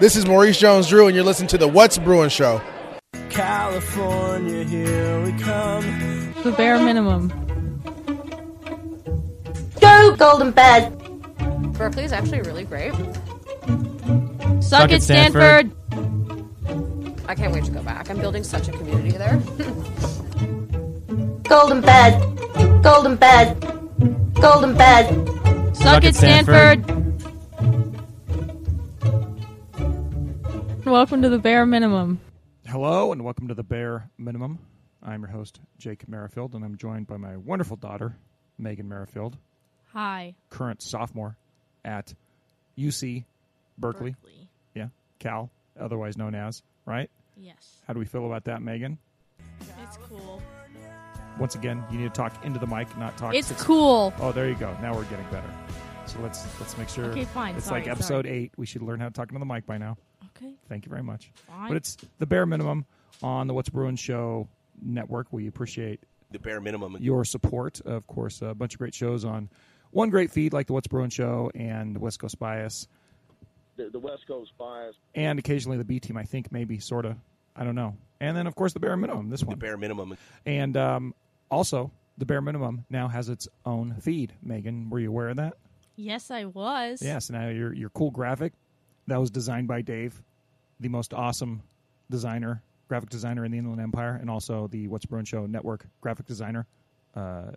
This is Maurice Jones Drew, and you're listening to the What's Brewing Show. California, here we come. The bare minimum. Go, Golden Bed. Berkeley is actually really great. Suck it, it, Stanford. I can't wait to go back. I'm building such a community there. Golden Bed. Golden Bed. Golden Bed. Suck it, Stanford. Welcome to the bare minimum. Hello and welcome to the Bare Minimum. I'm your host, Jake Merrifield, and I'm joined by my wonderful daughter, Megan Merrifield, Hi. current sophomore at UC Berkeley. Yeah, Cal, otherwise known as, right? Yes. How do we feel about that, Megan? It's cool. Once again, you need to talk into the mic, not talk. It's six- cool. Oh, there you go. Now we're getting better. So let's let's make sure. Okay, fine. It's Sorry, like episode sorry. eight. We should learn how to talk into the mic by now. Okay. Thank you very much. Fine. But it's the bare minimum on the What's Brewing Show network. We appreciate The bare minimum. your support. Of course, a bunch of great shows on one great feed like the What's Brewing Show and West Coast Bias, the, the West Coast bias, and occasionally the B Team. I think maybe sort of. I don't know. And then of course the bare minimum. This The one bare minimum. and um, also the bare minimum now has its own feed. Megan, were you aware of that? Yes, I was. Yeah, so now your your cool graphic that was designed by Dave, the most awesome designer, graphic designer in the Inland Empire, and also the What's Brewing Show Network graphic designer, uh,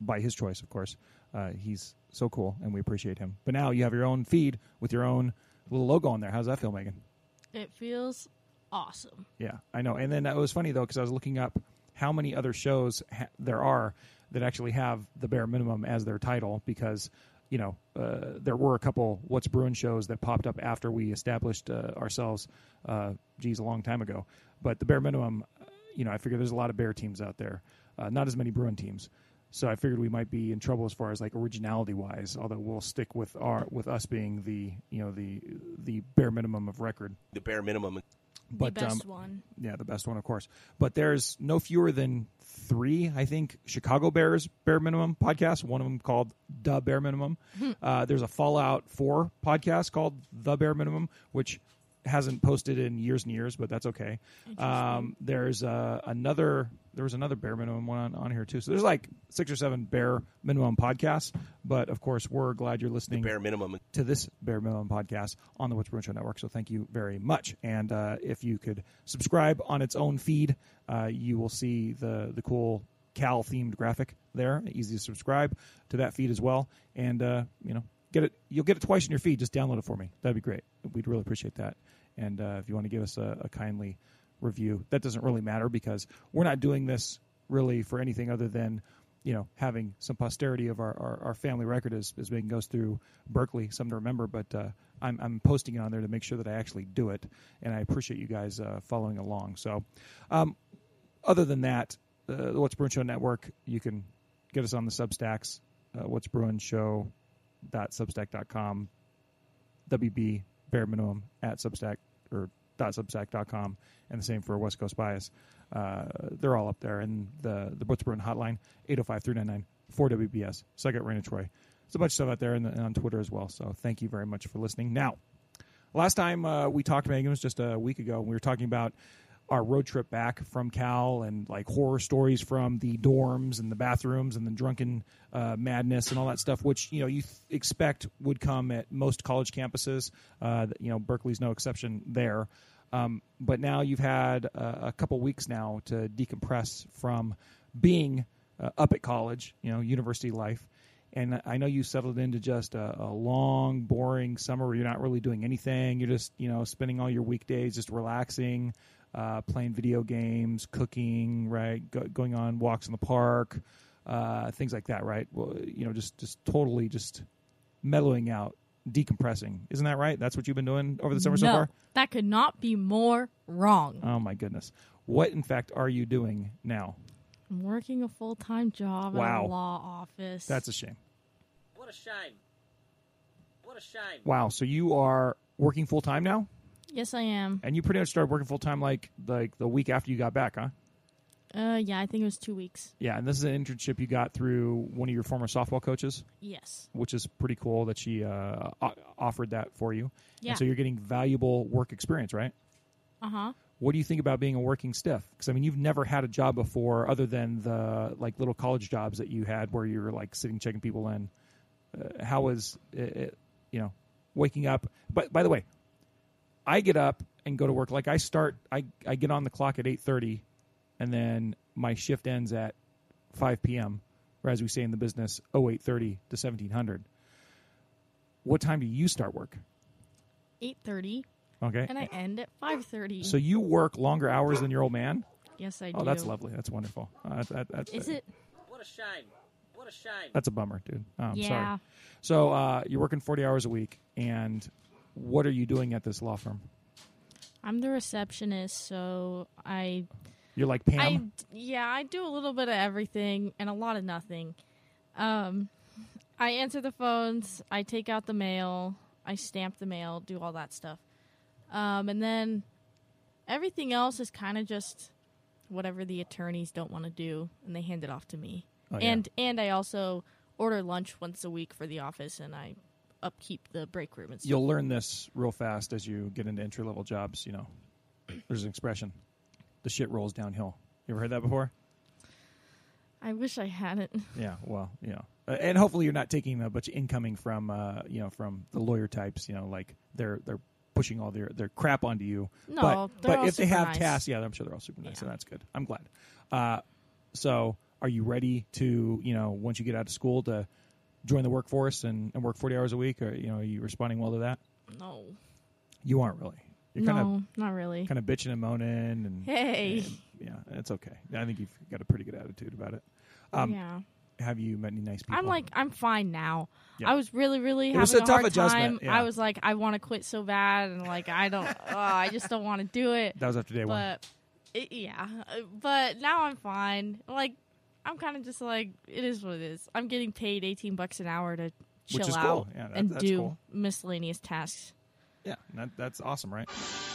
by his choice, of course. Uh, he's so cool, and we appreciate him. But now you have your own feed with your own little logo on there. How's that feel, Megan? It feels awesome. Yeah, I know. And then it was funny though because I was looking up how many other shows ha- there are that actually have the bare minimum as their title because you know uh, there were a couple what's brewing shows that popped up after we established uh, ourselves uh, geez a long time ago but the bare minimum uh, you know i figure there's a lot of bear teams out there uh, not as many brewing teams so i figured we might be in trouble as far as like originality wise although we'll stick with our with us being the you know the the bare minimum of record The bare minimum. but the best um, one. yeah, the best one, of course. But there's no fewer than three, I think, Chicago Bears bare minimum podcasts. One of them called The Bare Minimum. uh, there's a Fallout Four podcast called The Bare Minimum, which hasn't posted in years and years, but that's okay. Um, there's uh, another. There was another bare minimum one on, on here too. So there's like six or seven bare minimum podcasts. But of course, we're glad you're listening Bare minimum. to this Bare Minimum podcast on the What's Brewing Show Network. So thank you very much. And uh, if you could subscribe on its own feed, uh, you will see the the cool Cal themed graphic there. Easy to subscribe to that feed as well. And uh, you know, get it. You'll get it twice in your feed. Just download it for me. That'd be great. We'd really appreciate that. And uh, if you want to give us a, a kindly review, that doesn't really matter because we're not doing this really for anything other than you know, having some posterity of our, our, our family record as, as Megan goes through Berkeley, something to remember. But uh, I'm, I'm posting it on there to make sure that I actually do it. And I appreciate you guys uh, following along. So, um, other than that, uh, the What's Brewing Show Network, you can get us on the Substacks, uh, What's Brewing Show. Substack.com, WB bare minimum at Substack or dot substack.com and the same for West Coast Bias. Uh, they're all up there. And the the Butch Bruin hotline, 805-399-4WBS. Suck it, Raina Troy. There's a bunch of stuff out there and, and on Twitter as well. So thank you very much for listening. Now, last time uh, we talked, Megan, it was just a week ago, and we were talking about our road trip back from Cal and like horror stories from the dorms and the bathrooms and the drunken uh, madness and all that stuff, which you know you th- expect would come at most college campuses. Uh, you know, Berkeley's no exception there. Um, but now you've had uh, a couple weeks now to decompress from being uh, up at college, you know, university life. And I know you settled into just a, a long, boring summer where you're not really doing anything. You're just, you know, spending all your weekdays just relaxing, uh, playing video games, cooking, right? Go, going on walks in the park, uh, things like that, right? Well, you know, just just totally just mellowing out, decompressing. Isn't that right? That's what you've been doing over the summer so No, far. that could not be more wrong. Oh my goodness! What in fact are you doing now? I'm working a full time job at a Wow. law office. That's a shame. What a shame. What a shame. Wow. So you are working full time now, yes, I am. and you pretty much started working full time like like the week after you got back, huh? Uh, yeah, I think it was two weeks. Yeah, and this is an internship you got through one of your former softball coaches, Yes. which is pretty cool that she uh, o- offered that for you. Yeah. And so you're getting valuable work experience, right? Uh huh. What do you think about being a working stiff? Because I mean, you've never had a job before, other than the like little college jobs that you had, where you were like sitting checking people in. Uh, how was it, it, you know, waking up? But by the way, I get up and go to work. Like I start, I I get on the clock at eight thirty, and then my shift ends at five p.m. Or as we say in the business, oh eight thirty to seventeen hundred. What time do you start work? Eight thirty, Okay, and I end at five thirty. so you work longer hours than your old man. yes, I do. Oh, that's lovely. That's wonderful. Uh, that, that, that's, Is it? What a shame. What a shame. That's a bummer, dude. Oh, I'm Yeah. sorry. So uh, you're working 40 hours a week, and what are you doing at this law firm? I'm the receptionist, so I You're like Pam. I yeah, I do a little bit of everything and a lot of nothing. Um, I answer the phones, I take out the mail, I stamp the mail, do all that stuff, um, and then everything else is kind of just whatever the attorneys don't want to do, and they hand it off to me. Oh, yeah. And and I also order lunch once a week for the office, and I upkeep the break room and stuff. You'll learn this real fast as you get into entry level jobs. You know, there's an expression: the shit rolls downhill. You ever heard that before? I wish I hadn't. Yeah. Well, you know, Uh, and hopefully you're not taking a bunch of incoming from uh, you know from the lawyer types. You know, like they're they're pushing all their their crap onto you. No, but, they're but all if they super have nice. tasks, yeah, I'm sure they're all super nice, Yeah. so that's good. I'm glad. Uh, so, are you ready to you know once you get out of school to join the workforce and, and work 40 hours a week? Or you know, are you responding well to that? No, You aren't really. You're no, kind of not really. kind of bitching and moaning and Hey. and, yeah, it's okay. I think you've got a pretty good attitude about it. Um, yeah. Have you met any nice people? I'm like, I'm fine now. Yeah. I was really, really was having a a, tough hard time. adjustment, yeah. I was like, I want to quit so bad, and like, I don't, oh, I just don't want to do it. that was after day one. But it, yeah, Uh, but now I'm fine. Like, I'm kind of just like, it is what it is. I'm getting paid 18 bucks an hour to chill is cool. out Yeah, that- and that's do cool. miscellaneous tasks. Yeah, that, that's awesome, right?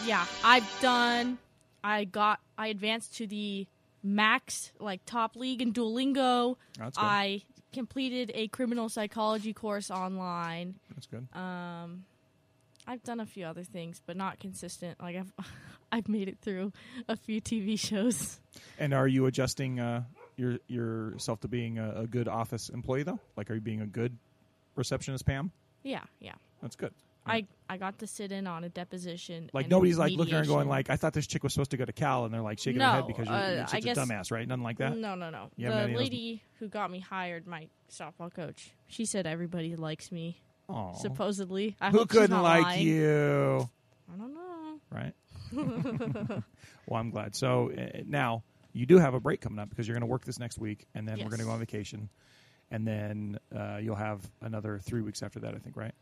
Yeah, I've done. I got. I advanced to the max, like top league in Duolingo. That's good. I completed a criminal psychology course online. That's good. Um, I've done a few other things, but not consistent. Like I've, I've made it through a few TV shows. and are you adjusting uh, your yourself to being a, a good office employee though? Like, are you being a good receptionist, Pam? Yeah, yeah. That's good. I I got to sit in on a deposition. Like and nobody's like looking at her and going mediation. like, I thought this chick was supposed to go to Cal, and they're like shaking their head No, because you're, uh, you're I such guess- a dumbass, right? Nothing like that. No, no, no. You haven't had the any of those- lady who got me hired, my softball coach, she said everybody likes me. Aw. supposedly. I Who hope she's couldn't not like lying. you? I don't know. Right. well, I'm glad. So uh, now you do have a break coming up because you're going to work this next week, and then we're Yes. going to go on vacation, and then uh, you'll have another three weeks after that, I think, right?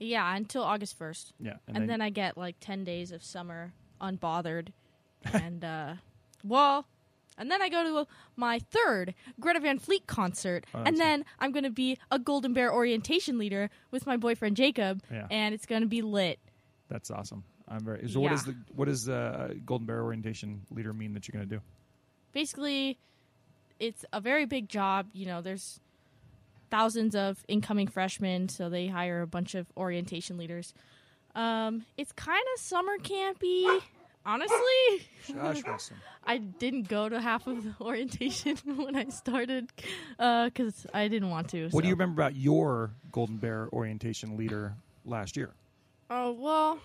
Yeah, until August first, Yeah. and, then, I get like ten days of summer unbothered, and uh, well, and then I go to my third Greta Van Fleet concert, Oh, and that's- then I'm gonna be a Golden Bear orientation leader with my boyfriend Jacob, Yeah. and it's gonna be lit. That's awesome. I'm very. So what Yeah. is the what does uh, Golden Bear orientation leader mean that you're going to do? basically it's a very big job you know there's thousands of incoming freshmen so they hire a bunch of orientation leaders um, it's kind of summer campy honestly Josh Wilson. i didn't go to half of the orientation when i started because i didn't want to What do so. you remember about your Golden Bear orientation leader last year? oh well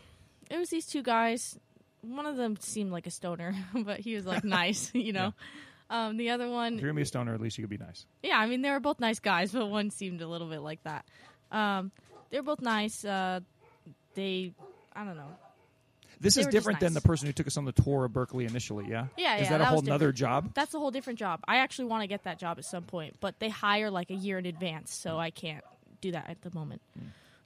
it was these two guys one of them seemed like a stoner but he was like nice you know um, the other one If you're going to be a stoner, at least you could be nice. Yeah, I mean they were both nice guys, but one seemed a little bit like that. Um, they're both nice. Uh, they, I don't know. This They is were just different than the nice. person who took us on the tour of Berkeley initially. Yeah. Yeah, Is yeah, that a that whole was nother different. job? That's a whole different job. I actually want to get that job at some point, but they hire like a year in advance, so I can't do that at the moment.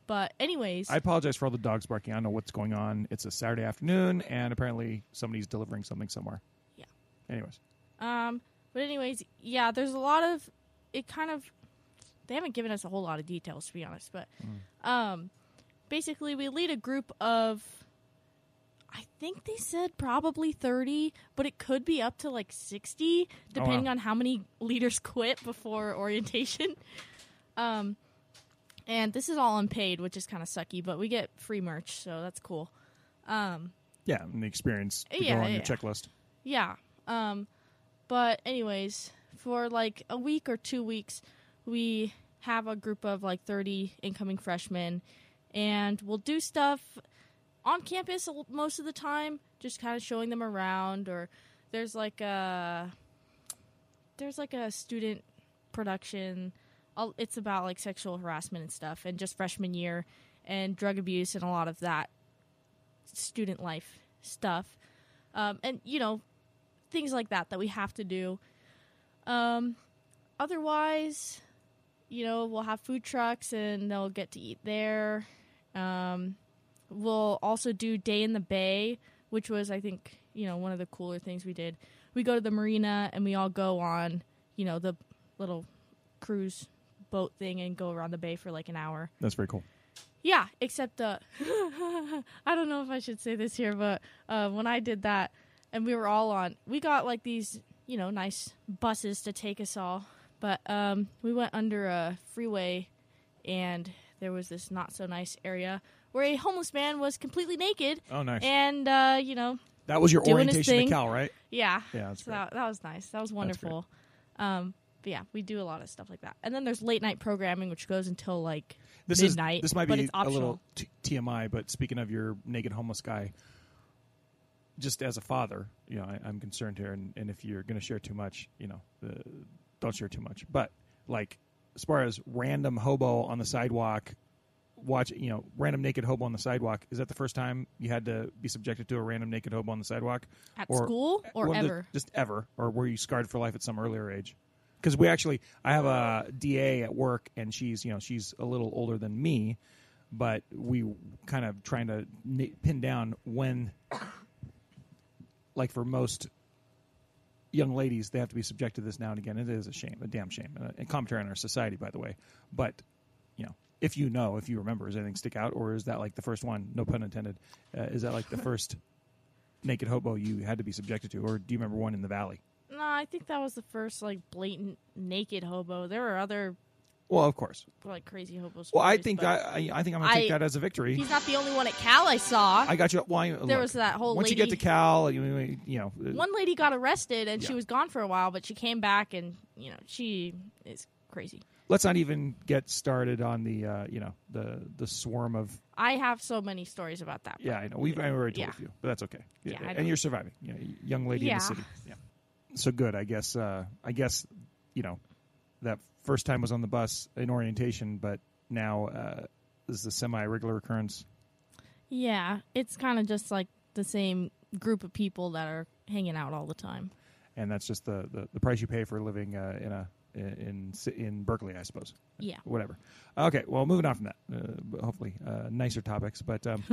But anyways, I apologize for all the dogs barking. I don't know what's going on. It's a Saturday afternoon, and apparently somebody's delivering something somewhere. Yeah. Anyways, um, but anyways, yeah, there's a lot of it. Kind of, they haven't given us a whole lot of details to be honest, but um, basically we lead a group of, I think they said probably 30, but it could be up to like 60, depending on how many leaders quit before orientation. Um, and this is all unpaid, which is kind of sucky, but we get free merch, so that's cool. Um, Yeah, and the experience to Yeah, go on your yeah. checklist. yeah. Um, but anyways, for like a week or two weeks, we have a group of like 30 incoming freshmen, and we'll do stuff on campus a l- most of the time, just kind of showing them around. Or there's like a there's like a student production. I'll- It's about like sexual harassment and stuff, and just freshman year and drug abuse and a lot of that student life stuff um, and you know things like that that we have to do um, otherwise you know we'll have food trucks and they'll get to eat there um, we'll also do day in the bay which was i think you know one of the cooler things we did we go to the marina and we all go on you know the little cruise boat thing and go around the bay for like an hour That's very cool. yeah, except uh, I don't know if I should say this here, but uh, when I did that, and we were all on, we got like these, you know, nice buses to take us all, but um, we went under a freeway, and there was this not so nice area where a homeless man was completely naked, Oh, nice. and uh, you know, that was your doing his orientation to thing. Cal, right? yeah. Yeah, that's so great. that, that was nice. That was wonderful. Um, but yeah, we do a lot of stuff like that. And then there's late night programming, which goes until like This midnight. is this might but be it's a optional. little t- TMI, but speaking of your naked homeless guy, just as a father, you know, I, I'm concerned here, and, and if you're going to share too much, you know, uh, don't share too much. But like as far as random hobo on the sidewalk, watch, you know, random naked hobo on the sidewalk. Is that the first time you had to be subjected to a random naked hobo on the sidewalk At school or well, the- ever? Just ever, or were you scarred for life at some earlier age? Because we actually, I have a DA at work, and she's you know she's a little older than me, but we kind of trying to ni- pin down when, like for most young ladies, they have to be subjected to this now and again. It is a shame, a damn shame, and a- and commentary on our society, by the way. But you know, if you know, if you remember, does anything stick out, or is that like the first one? No pun intended. Uh, is that like the first naked hobo you had to be subjected to, or do you remember one in the valley? No, I think that was the first like blatant naked hobo. There were other Well, of course. like crazy hobos. Well, I think I, I, I think I'm gonna take I- that as a victory. he's not the only one at Cal I saw. I got you. Well, I- look, was that whole once you get lady- to Cal, you, you know, uh, one lady got arrested and she Yeah. was gone for a while, but she came back and you know she is crazy. let's not even get started on the uh, you know the the swarm of I have so many stories about that. yeah. I know we've I already told Yeah. a few, but that's okay. Yeah, I know. and you're surviving. You know, young lady in Yeah. the city. Yeah. So good, I guess. Uh, I guess you know that first time was on the bus in orientation, but now uh, this is a semi regular occurrence. Yeah, it's kind of just like the same group of people that are hanging out all the time. and that's just the, the, the price you pay for living uh, in a in ci- in Berkeley, I suppose. Yeah. Whatever. Okay. Well, moving on from that. Uh, but hopefully, uh, nicer topics. But um,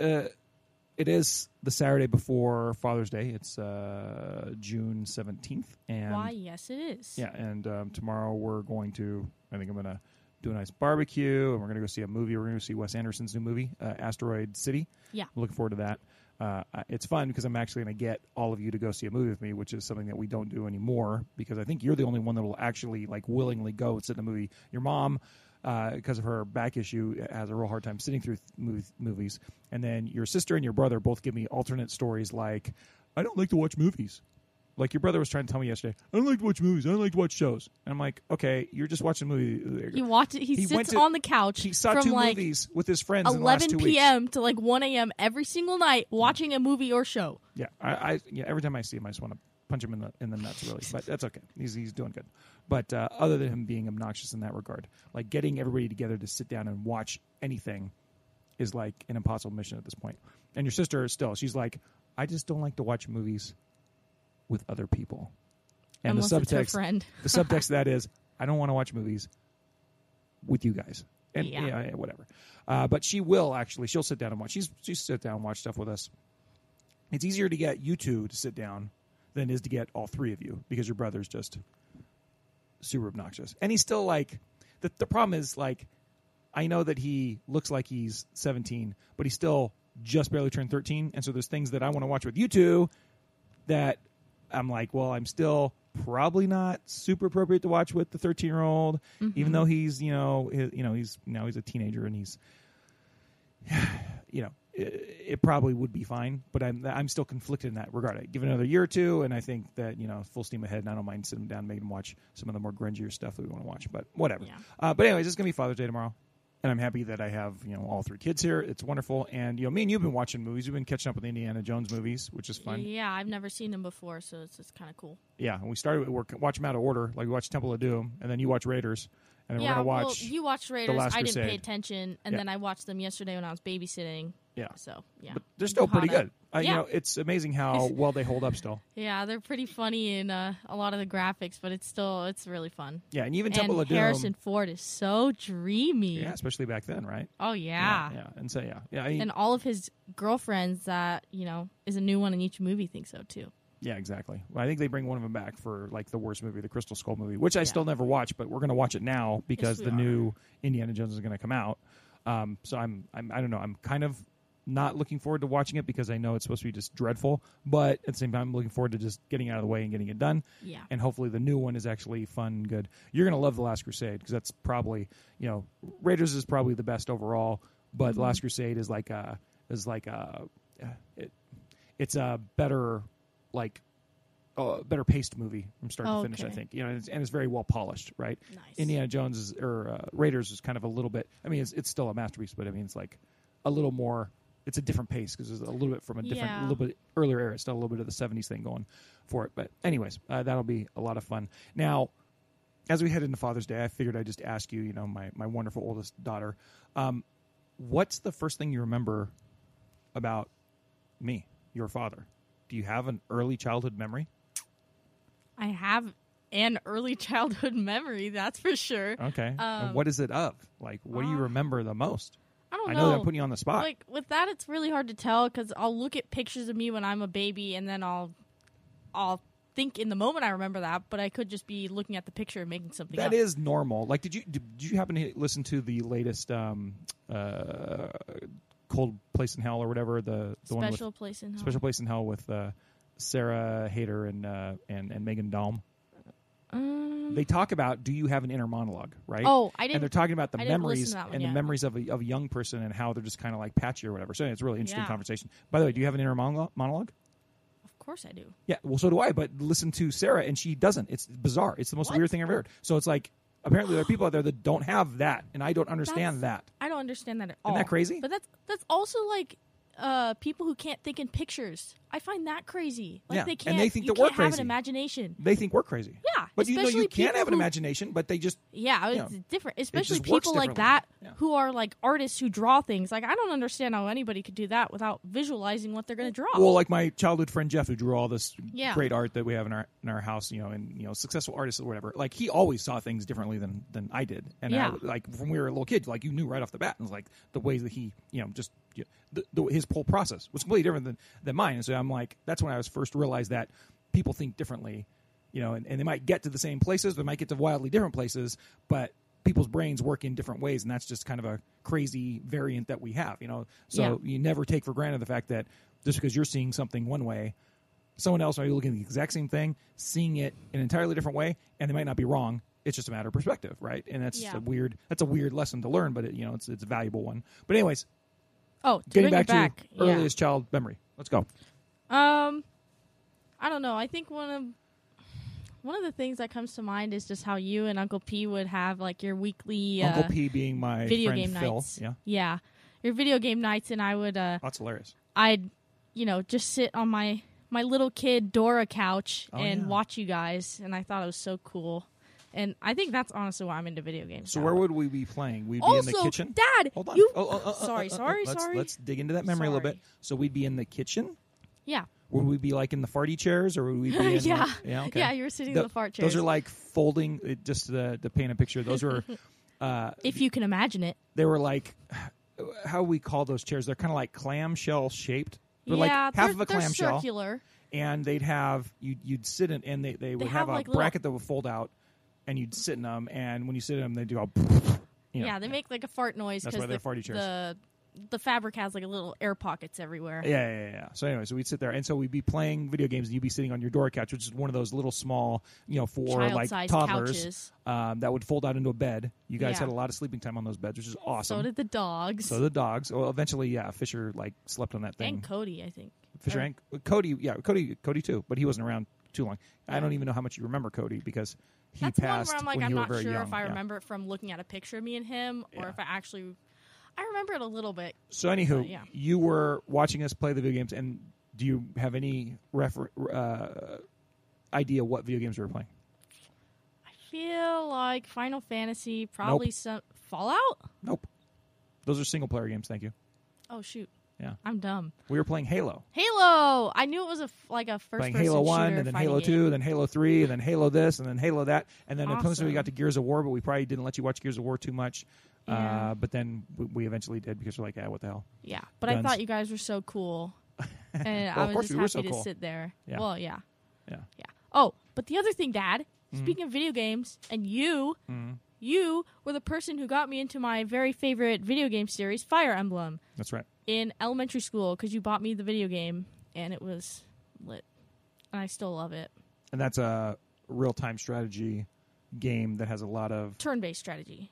uh, it is the Saturday before Father's Day. It's uh, June seventeenth, and Why? Yes, it is. yeah, and um, tomorrow we're going to. I think I'm going to do a nice barbecue, and we're going to go see a movie. We're going to go see Wes Anderson's new movie, uh, Asteroid City. Yeah. I'm looking forward to that. Uh, I- it's fun because I'm actually going to get all of you to go see a movie with me, which is something that we don't do anymore. Because I think you're the only one that will actually like willingly go and sit in a movie. Your mom, uh, because of her back issue, has a real hard time sitting through th- mov- movies. And then your sister and your brother both give me alternate stories like, "I don't like to watch movies." Like your brother was trying to tell me yesterday, I don't like to watch movies. I don't like to watch shows. And I'm like, okay, you're just watching a movie. He watched. He, He went sits to- on the couch He saw from two like movies with his friends in the last 11 two weeks. p.m. to like 1 a.m. every single night watching a movie or show. Yeah, I, I yeah, every time I see him, I just want to punch him in the in the nuts, really. But that's okay. He's he's doing good. But uh, other than him being obnoxious in that regard, like getting everybody together to sit down and watch anything is like an impossible mission at this point. And your sister is still, she's like, I just don't like to watch movies with other people. And Unless the subtext, it's her friend. the subtext of that is, I don't want to watch movies with you guys. And Yeah. yeah, yeah, whatever. Uh, but she will actually. She'll sit down and watch. She's she sit down and watch stuff with us. It's easier to get you two to sit down than it is to get all three of you because your brother's just super obnoxious. And he's still like the the problem is like I know that he looks like he's 17, but he's still just barely turned 13, and so there's things that I want to watch with you two that I'm like, well, I'm still probably not super appropriate to watch with the 13 year old, even though he's you know he- you know he's now he's a teenager and he's you know it, it probably would be fine, but I'm I'm still conflicted in that regard. I give it another year or two, and I think that you know full steam ahead, and I don't mind sitting down and maybe watch some of the more grungier stuff that we want to watch, but whatever. Yeah. Uh, but anyways, it's gonna be Father's Day tomorrow. And I'm happy that I have you know all three kids here. It's wonderful, and you know me and you've been watching movies. We've been catching up with the Indiana Jones movies, which is fun. Yeah, I've never seen them before, so it's just kind of cool. Yeah, and we started. We're watching them out of order. Like we watched Temple of Doom, and then you watch Raiders, and then yeah, we're gonna well, watch. you watched Raiders. Last I didn't pay Crusade. attention, and Yeah. then I watched them yesterday when I was babysitting. yeah, So yeah, but they're still pretty Hot up. good. I, You Yeah. know, it's amazing how well they hold up still. yeah, they're pretty funny in uh, a lot of the graphics, but it's still it's really fun. Yeah, and even And Temple of Doom. Harrison Ford is so dreamy. Yeah, especially back then, right? Oh yeah. yeah, and so yeah, yeah, I, And all of his girlfriends that you know is a new one in each movie. Think so too. yeah, exactly. Well, I think they bring one of them back for like the worst movie, the Crystal Skull movie, which I still never watched, but we're gonna watch it now because we the are. new Indiana Jones is gonna come out. Um, so I'm, I'm, I don't know, I'm kind of not looking forward to watching it because I know it's supposed to be just dreadful, but at the same time, I'm looking forward to just getting out of the way and getting it done. Yeah. and hopefully the new one is actually fun and good. You're going to love The Last Crusade because that's probably, you know, Raiders is probably the best overall, but The Mm-hmm. Last Crusade is like a is like a it, it's a better like a better paced movie from start to finish, I Okay. think. You know, and it's, and it's very well polished, right? Nice. Indiana Jones is, or uh, Raiders is kind of a little bit I mean, it's it's still a masterpiece, but I mean it's like a little more it's a different pace because it's a little bit from a different, Yeah. a little bit earlier era. It's not a little bit of the '70s thing going for it, but anyways, uh, that'll be a lot of fun. Now, as we head into Father's Day, I figured I'd just ask you, you know, my my wonderful oldest daughter, um, what's the first thing you remember about me, your father? Do you have an early childhood memory? I have an early childhood memory. That's for sure. Okay, and Um, uh, what is it of? Like, what do you remember the most? I don't I know. know that I'm putting you on the spot. like with that it's really hard to tell because i'll look at pictures of me when i'm a baby and then i'll i'll think in the moment i remember that but i could just be looking at the picture and making something That up. is normal. Like, did you did, did you happen to listen to the latest um, uh, "Cold Place in Hell" or whatever the the one special with place in home "Special Place in Hell" with uh, Sarah Hayter and uh, and and Megan Daum? um, They talk about do you have an inner monologue, right? oh i and they're didn't talking about the I didn't listen memories to that one and the yet. memories of a, of a young person and how they're just kind of like patchy or whatever. So it's a really interesting Yeah. conversation. By the way, do you have an inner monologue? monologue? of course i do Yeah, well, so do I. But listen to Sarah, and she doesn't. It's bizarre. It's the most weird thing I've ever heard. So it's like apparently there are people out there that don't have that, and I don't understand that. i don't understand that at all Isn't that crazy? but that's that's also like uh, people who can't think in pictures, I find that crazy. Like Yeah, they and can't, they think you that we're can't have crazy. an imagination. They think we're crazy. Yeah, but you know you especially can people have an who- imagination, but they just Yeah, Yeah. it's different, especially just works people like differently. that Yeah. who are like artists who draw things. Like I don't understand how anybody could do that without visualizing what they're going to draw. well, like my childhood friend Jeff, who drew all this Oh. Yeah. great art that we have in our in our house, you know, and you know, successful artists or whatever. Like he always saw things differently than than I did, and Yeah. I, like when we were a little kid, like you knew right off the bat, and it's like the ways that he, you know, just you know, the, the, his whole process was completely different than than mine. And so I'm like, that's when I was first realized that people think differently, you know, and, and they might get to the same places, they might get to wildly different places, but people's brains work in different ways and that's just kind of a crazy variant that we have you know so Yeah. you never take for granted the fact that just because you're seeing something one way, someone else might be looking at the exact same thing, seeing it in an entirely different way, and they might not be wrong. It's just a matter of perspective, right? And that's Yeah. a weird that's a weird lesson to learn, but it, you know it's it's a valuable one. But anyways, oh, to getting bring back, it back to yeah. earliest child memory. Let's go. Um, I don't know. I think one of one of the things that comes to mind is just how you and Uncle P would have like your weekly uh, Uncle P being my video friend game Phil. nights. Yeah, Oh, yeah, your video game nights, and I would uh, that's hilarious. I'd you know just sit on my my little kid Dora couch Oh, and yeah. watch you guys, and I thought it was so cool. And I think that's honestly why I'm into video games. So now. where would we be playing? We'd be also, in the kitchen. Dad, Hold on. you Oh, oh, oh, oh, sorry, oh, oh, sorry, let's, sorry. Let's dig into that memory a little bit. Sorry. So we'd be in the kitchen. yeah, Would we be like in the farty chairs, or would we be? In like- Yeah. yeah, okay. Yeah, you were sitting in the fart Those chairs. are like folding. It, just to, to paint a picture, those were if you can imagine it. they were like how we call those chairs. They're kind of like clamshell shaped. They're yeah, like half they're, of a they're clamshell, circular. and they'd have you you'd sit in, and they they would have, have, a like, little- bracket that would fold out, and you'd sit in them, and when you sit in them, they do all. You know, Yeah, they make like a fart noise That's because why they're farty chairs. the the fabric has like little air pockets everywhere. Yeah, yeah, yeah, yeah. So anyway, so we'd sit there, and so we'd be playing video games, and you'd be sitting on your door couch, which is one of those little small, you know, for like Child-sized toddlers couches. um, that would fold out into a bed. You guys Yeah. had a lot of sleeping time on those beds, which is awesome. So did the dogs. So the dogs. Well, eventually, yeah, Fisher like slept on that thing. and Cody, I think. Fisher Or- and Cody, yeah, Cody, Cody too, but he wasn't around too long. I don't even know how much you remember Cody because he That's one passed where I'm like, when I'm you were not very sure young. if I yeah. remember it from looking at a picture of me and him, or Yeah. if I actually. I remember it a little bit. So, anywho, But, yeah. you were watching us play the video games, and do you have any refer- uh, idea what video games we were playing? I feel like Final Fantasy, probably some Fallout. Nope. Those are single player games. Thank you. Oh shoot, Yeah, I'm dumb. we were playing Halo, Halo. I knew it was a f- like a first playing person Halo One, shooter and then fighting Halo game. Two, then Halo Three, and then Halo this, and then Halo that, and then eventually we Awesome. got to Gears of War, but we probably didn't let you watch Gears of War too much. Uh, Yeah. but then we, we eventually did because we're like, ah, what the hell? Yeah, but Guns. I thought you guys were so cool, and Well, of I course was just we were happy so to cool. sit there. Yeah. Well, yeah, Yeah. Mm-hmm. yeah. Oh, but the other thing, Dad. Speaking of video games, and you, you were the person who got me into my very favorite video game series, Fire Emblem, That's right. in elementary school because you bought me the video game, and it was lit, and I still love it. And that's a real time strategy game that has a lot of Turn-based strategy.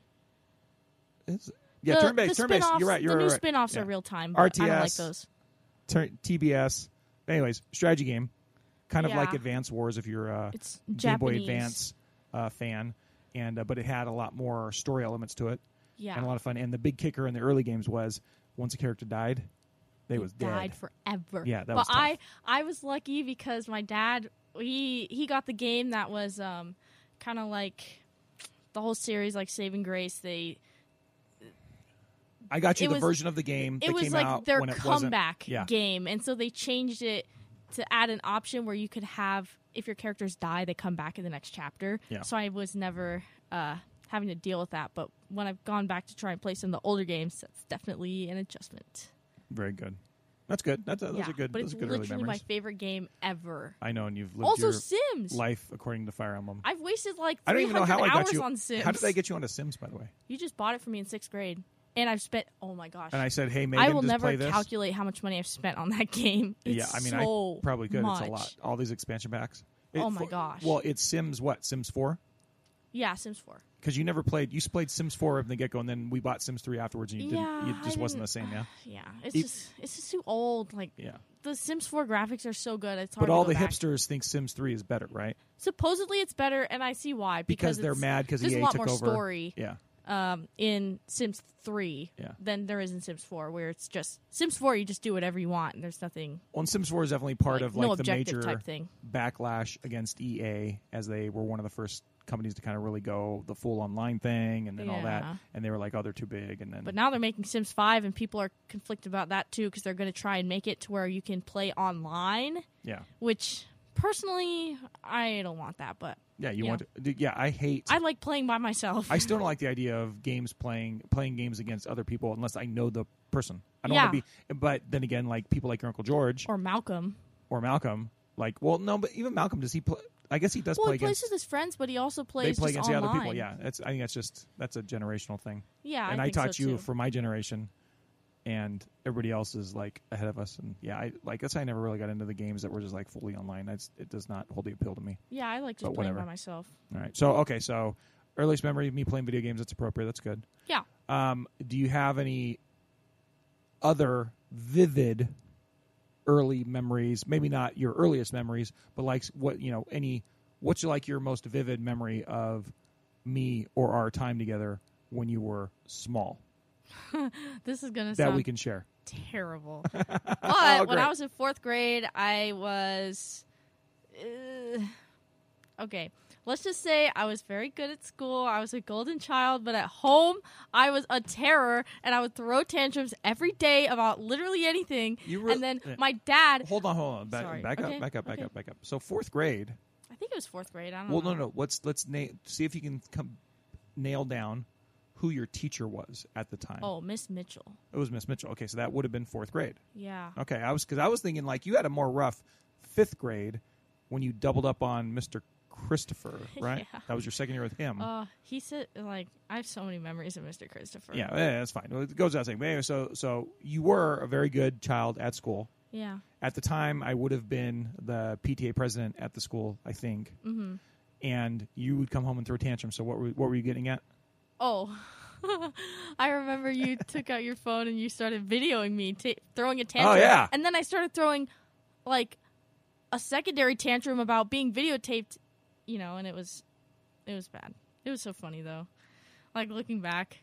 It's- yeah the, turn based the turn based. spin-offs- You're right. You're the right. new right. spin-offs yeah. are real time. but I don't like RTS. those. Turn, TBS. Anyways, strategy game, kind of Yeah. like Advance Wars if you're uh, a It's Game Boy Japanese. Advance uh, fan, and uh, but it had a lot more story elements to it Yeah, and a lot of fun. And the big kicker in the early games was once a character died, they He was died dead. forever. Yeah, that but was tough. I I was lucky because my dad he he got the game that was um kind of like the whole series like Saving Grace. They I got you it the was- version of the game it that was came like out their when it comeback wasn't. Yeah, game, and so they changed it to add an option where you could have if your characters die, they come back in the next chapter. Yeah. So I was never uh having to deal with that, but when I've gone back to try and play some of the older games, that's definitely an adjustment. very good. That's good. That's, those yeah, are good. but it's Those are good early literally memories. my favorite game ever. I know, and you've lived Also, your Sims. life according to Fire Emblem. I've wasted like I don't even 300 know how I hours got you. on Sims. How did I get you onto Sims, by the way? You just bought it for me in sixth grade, and I've spent. Oh my gosh! And I said, "Hey, Megan, I will just never play this." calculate how much money I've spent on that game. It's yeah, I mean, so I probably could. Much. It's a lot. All these expansion packs. Oh my for- gosh. Well, it's Sims. What Sims Four? Yeah, Sims Four. Because you never played. You played Sims Four from the get go, and then we bought Sims Three afterwards, and you Yeah, didn't. It I just wasn't didn't- the same. Yeah. Yeah, it's It- just it's just too old. Like E Yeah. the Sims Four graphics are so good. It's hard. But all to the go back. hipsters think Sims Three is better, right? Supposedly it's better, and I see why Because, they're it's- mad because there's EA a lot took more over. story. Yeah. um, in Sims 3 Yeah. than there is in Sims 4, where it's just Sims 4, you just do whatever you want and there's nothing. Well, and Sims Four is definitely part Like, of like no the objective major type thing. backlash against EA as they were one of the first companies to kind of really go the full online thing and then all that Yeah. and they were like oh they're too big and then But now they're making Sims 5, and people are conflicted about that too because they're going to try and make it to where you can play online, yeah which personally, I don't want that, but yeah you Yeah. want to, yeah i hate I like playing by myself. I still don't like the idea of games playing playing games against other people unless I know the person. I don't want to Yeah. be. But then again, like people like your uncle George or, or Malcolm. Malcolm, like well, no, but even Malcolm does he play? I guess he does Well, play he plays against. with his friends, but he also they plays play just against online. the other people. Yeah, that's. I think that's just that's a generational thing. Yeah, I and I, think so, taught you too. for my generation, and everybody else is like ahead of us. And yeah, I like that's why I never really got into the games that were just like fully online. That's it does not hold the appeal to me. Yeah, I like But just playing whatever. by myself. All right, so okay, so earliest memory of me playing video games. That's appropriate. That's good. Yeah. Um, do you have any other vivid early memories? Maybe not your earliest memories, but like what you know, any what's like your most vivid memory of me or our time together when you were small This is going to that sound we can share? terrible. but Oh, great. when I was in fourth grade, I was. Uh, okay, let's just say I was very good at school. I was a golden child, but at home, I was a terror and I would throw tantrums every day about literally anything. You were- and then yeah. my dad, Hold on, hold on, back, Sorry. back Okay, up, back up, back okay. Mm-hmm. up, back up. So fourth grade. I think it was fourth grade. I don't Well, know. no, no. Let's let's na- see if you can come nail down who your teacher was at the time. Oh, Miss Mitchell. It was Miss Mitchell. Okay, so that would have been fourth grade. Yeah. Okay, I was because I was thinking like you had a more rough fifth grade when you doubled up on Mr. Christopher, right? Yeah. That was your second year with him. Uh, he said, like, I have so many memories of Mr. Christopher. yeah, yeah, that's fine. It goes without saying. But anyway, so so you were a very good child at school. Yeah. At the time, I would have been the PTA president at the school, I think. Mm-hmm. And you would come home and throw tantrums. So what were what were you getting at? Oh. I remember you took out your phone and you started videoing me ta throwing a tantrum. Oh, yeah. And then I started throwing like a secondary tantrum about being videotaped, you know, and it was it was bad. It was so funny though. Like looking back.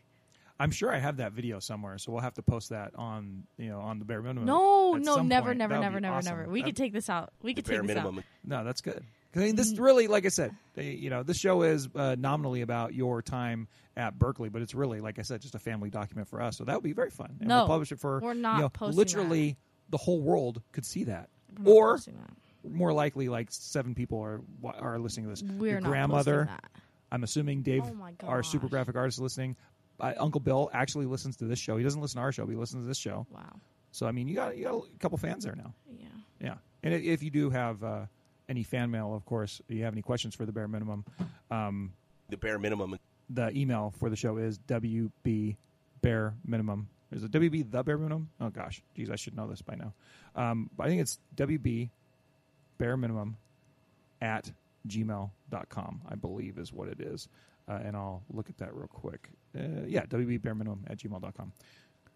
I'm sure I have that video somewhere, so we'll have to post that on you know on the bare minimum. No, at no, some never, point. never, That would never, be never, awesome. never. We That- could take this out. We could Bare take this out. minimum. No, that's good. 'Cause I mean, Mm. this really, like I said, uh, you know, this show is uh, nominally about your time at Berkeley, but it's really, like I said, just a family document for us. So that would be very fun. And we'll No, publish it for we're not you know, posting literally the whole world could see that, I'm not or posting that. more likely, like seven people are wa- are listening to this. We're Your not grandmother. posting that. I'm assuming Dave, Oh my our super gosh. graphic artist, is listening. Uh, Uncle Bill actually listens to this show. He doesn't listen to our show, but he listens to this show. Wow. So I mean, you got you got a couple fans there now. Yeah. Yeah, and i- if you do have uh, any fan mail, of course, you have any questions for the bare minimum, um, The bare minimum. the email for the show is wb bare minimum. Is it wb the bare minimum? Oh gosh, geez, I should know this by now. Um, but I think it's wb bare minimum at gmail.com, I believe is what it is. Uh, and I'll look at that real quick. Uh, yeah, wb bare minimum at gmail.com.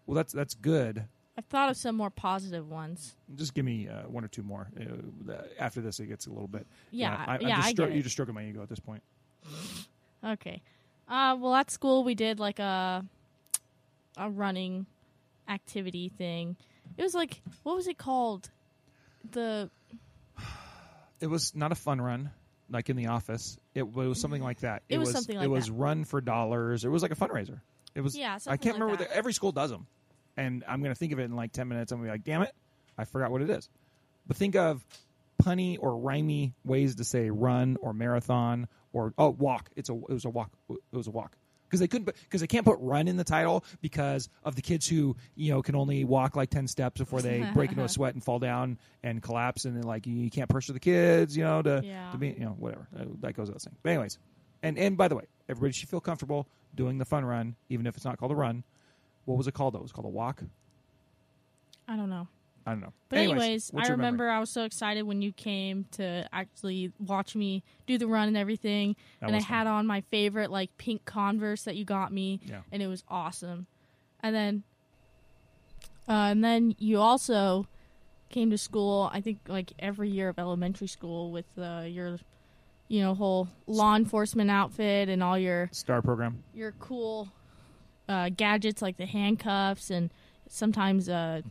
Well, that's that's good. I've thought of some more positive ones. Just give me uh, one or two more. Uh, after this, it gets a little bit. Yeah, I, yeah, I'm just I get You're it. just stroking my ego at this point. Okay. Uh, well, at school we did like a a running activity thing. It was like what was it called? The It was not a fun run, like in the office. It was something like that. Mm-hmm. It was something like It was that. run for dollars. It was like a fundraiser. It was. Yeah, I something can't like remember. that. The, every school does them, and I'm going to think of it in like ten minutes. I'm going to be like, damn it, I forgot what it is. But think of punny or rhymey ways to say run or marathon or oh walk. It's a it was a walk. It was a walk because they couldn't because they can't put run in the title because of the kids who you know can only walk like ten steps before they break into a sweat and fall down and collapse and then like you, you can't pressure the kids you know to, Yeah. to be you know whatever Uh, that goes without saying. But anyways, and and by the way, everybody should feel comfortable doing the fun run even if it's not called a run. What was it called though? It was called a walk. I don't know. I don't know. But anyways, what's I your memory? remember I was so excited when you came to actually watch me do the run and everything, That and I was fun. had on my favorite like pink Converse that you got me, Yeah. and it was awesome. And then, uh, and then you also came to school. I think like every year of elementary school with uh, your, you know, whole law enforcement outfit and all your star program. your cool uh, gadgets like the handcuffs and sometimes uh,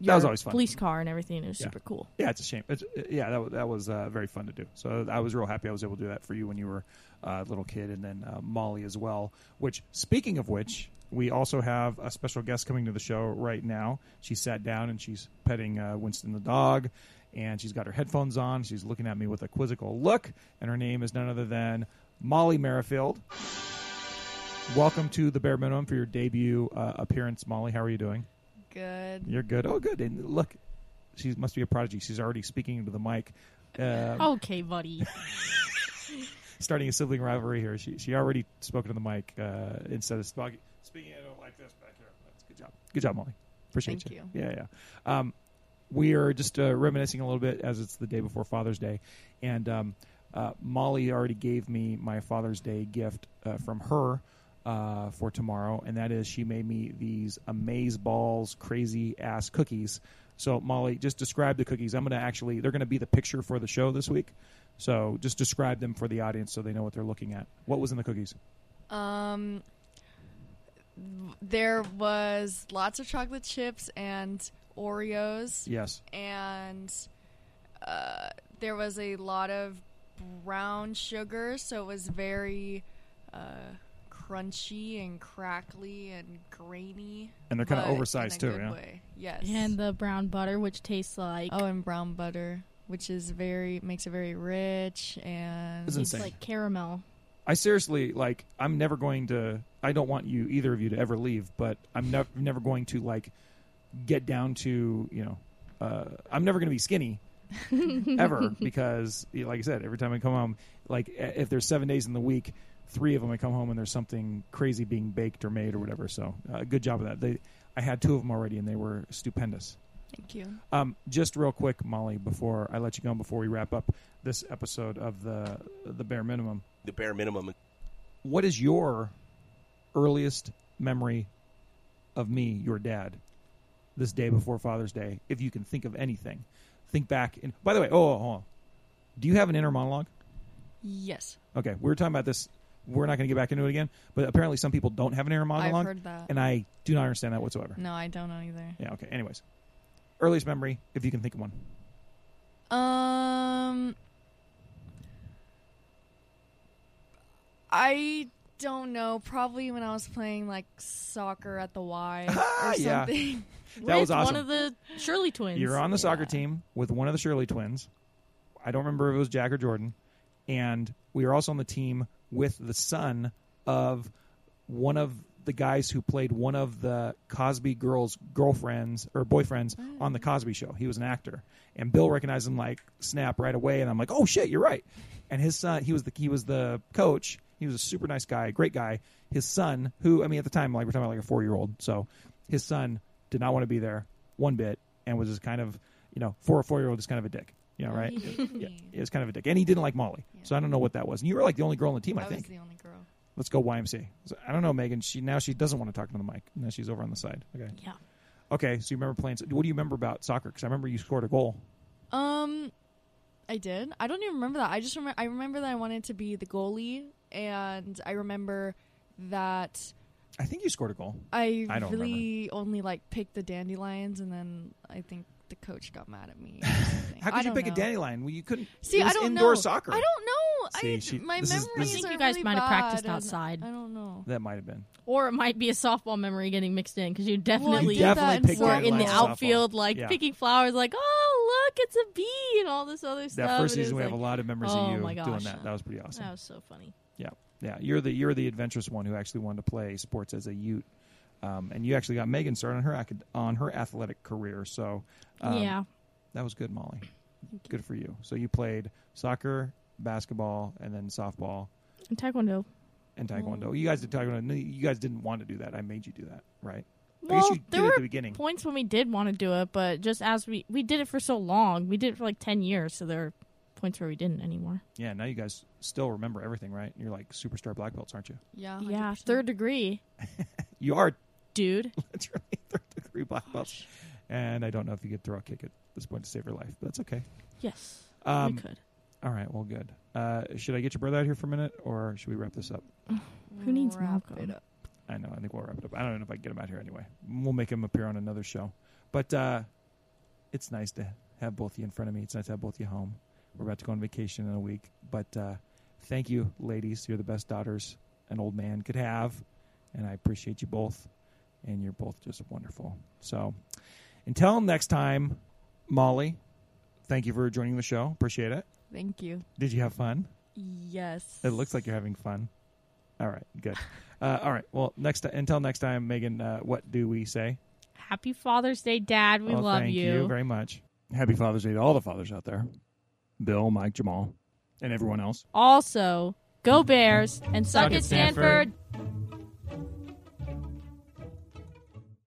your was always fun. police car and everything. It was Yeah. super cool. Yeah, it's a shame. It's, yeah, that, wa- that was uh, very fun to do. So I was real happy I was able to do that for you when you were uh, a little kid, and then uh, Molly as well. Which, speaking of which, we also have a special guest coming to the show right now. She sat down and she's petting uh, Winston the dog, and she's got her headphones on. She's looking at me with a quizzical look, and her name is none other than Molly Merrifield. Welcome to the bare minimum for your debut uh, appearance, Molly. How are you doing? Good. You're good. Oh, good. And look, she must be a prodigy. She's already speaking into the mic. Uh, Okay, buddy. Starting a sibling rivalry here. She she already spoke into the mic uh, instead of spog- speaking into it like this back here. That's good job. Good job, Molly. Appreciate Thank you. Yeah, yeah. Um, we are just uh, reminiscing a little bit as it's the day before Father's Day, and um, uh, Molly already gave me my Father's Day gift uh, from her uh, for tomorrow, and that is she made me these amaze balls, crazy ass cookies. So Molly, just describe the cookies. I'm going to actually they're going to be the picture for the show this week. So just describe them for the audience so they know what they're looking at. What was in the cookies? Um, there was lots of chocolate chips and Oreos, Yes. and uh, there was a lot of brown sugar, so it was very uh, crunchy and crackly and grainy. And they're kinda but in oversized a too, good yeah? way. Yes. and the brown butter, which tastes like oh, and brown butter, which is very makes it very rich and It's it's insane. like caramel. I seriously like. I'm never going to. I don't want you either of you to ever leave, but I'm nev- never going to like get down to you know. Uh, I'm never going to be skinny, ever because, you know, like I said, every time I come home, like i- if there's seven days in the week, three of them I come home and there's something crazy being baked or made or whatever. So uh, good job of that. They, I had two of them already and they were stupendous. Thank you. Um, just real quick, Molly, before I let you go, and before we wrap up this episode of the the bare minimum, The bare minimum. what is your earliest memory of me, your dad, this day before Father's Day, if you can think of anything? Think back. And by the way, oh, hold on. do you have an inner monologue? Yes. Okay, we were talking about this. We're not going to get back into it again, but apparently some people don't have an inner monologue, heard that. and I do not understand that whatsoever. No, I don't know either. Yeah. Okay. Anyways, earliest memory, if you can think of one. Um, I don't know. Probably when I was playing like soccer at the Y or Yeah. something. That was With awesome. One of the Shirley twins. You're on the soccer team with one of the Shirley twins. I don't remember if it was Jack or Jordan. And we were also on the team with the son of one of the guys who played one of the Cosby girls' girlfriends or boyfriends on the Cosby show. He was an actor. And Bill recognized him like snap right away and I'm like, "Oh shit, you're right." And his son, he was the he was the coach. He was a super nice guy, great guy. His son, who I mean at the time like we're talking about like a 4-year-old. So, his son did not want to be there one bit and was just kind of, you know, for a 4-year-old is kind of a dick. You know, right? yeah, he was kind of a dick. And he didn't like Molly. So I don't know what that was. And you were like the only girl on the team, I, I was think. the only girl. Let's go YMC. So, I don't know, Megan. She now she doesn't want to talk to the mic. Now she's over on the side. Okay. Yeah. Okay. So you remember playing? What do you remember about soccer? Because I remember you scored a goal. Um, I did. I don't even remember that. I just remember. I remember that I wanted to be the goalie, and I remember that I think you scored a goal. I, I don't really only like picked the dandelions, and then I think the coach got mad at me. or something. How I could you don't pick a know. dandelion? Well, you couldn't. See, it was I don't indoor know. soccer. I don't know. I See, she- my this is- memories this is- I think are you guys really might have bad, practiced and outside. I don't know. That might have been. Or it might be a softball memory getting mixed in because you I definitely did that definitely in picked were in the dandelions in softball. outfield, like Yeah. picking flowers, like "Oh, look, it's a bee" and all this other stuff. That first and it season, we was have a like- lot of memories oh of you my doing gosh. that. That was pretty awesome. That was so funny. Yeah, yeah. You're the you're the adventurous one who actually wanted to play sports as a Ute, um, and you actually got Megan started on her acad- on her athletic career. So um, yeah, That was good, Molly. Good for you. So you played soccer, basketball, and then softball and taekwondo. and taekwondo. Mm. You guys did taekwondo. No, You guys didn't want to do that. I made you do that, right? I guess Well, you there did it were at the beginning. points when we did want to do it, but just as we we did it for so long, we did it for like ten years, so there are points where we didn't anymore. yeah. Now you guys still remember everything, right? You're like superstar black belts, aren't you? Yeah, Yeah, 100%. third degree, You are dude. literally third degree black belts. And I don't know if you could throw a kick at this point to save your life, but that's okay. Yes, Um, we could. All right. Well, good. Uh, should I get your brother out here for a minute, or should we wrap this up? Who needs Wrap Malcolm? it up. I know. I think we'll wrap it up. I don't know if I can get him out here anyway. We'll make him appear on another show. But uh, it's nice to have both of you in front of me. It's nice to have both of you home. We're about to go on vacation in a week. But uh, thank you, ladies. You're the best daughters an old man could have. And I appreciate you both. And you're both just wonderful. So until next time, Molly, thank you for joining the show. Appreciate it. Thank you. Did you have fun? Yes. It looks like you're having fun. All right, good. Uh, all right. Well, next ti- until next time, Megan. Uh, what do we say? Happy Father's Day, Dad. We Well, love oh, thank you. very much. Happy Father's Day to all the fathers out there, Bill, Mike, Jamal, and everyone else. Also, go Bears and suck, Suck it, it, Stanford.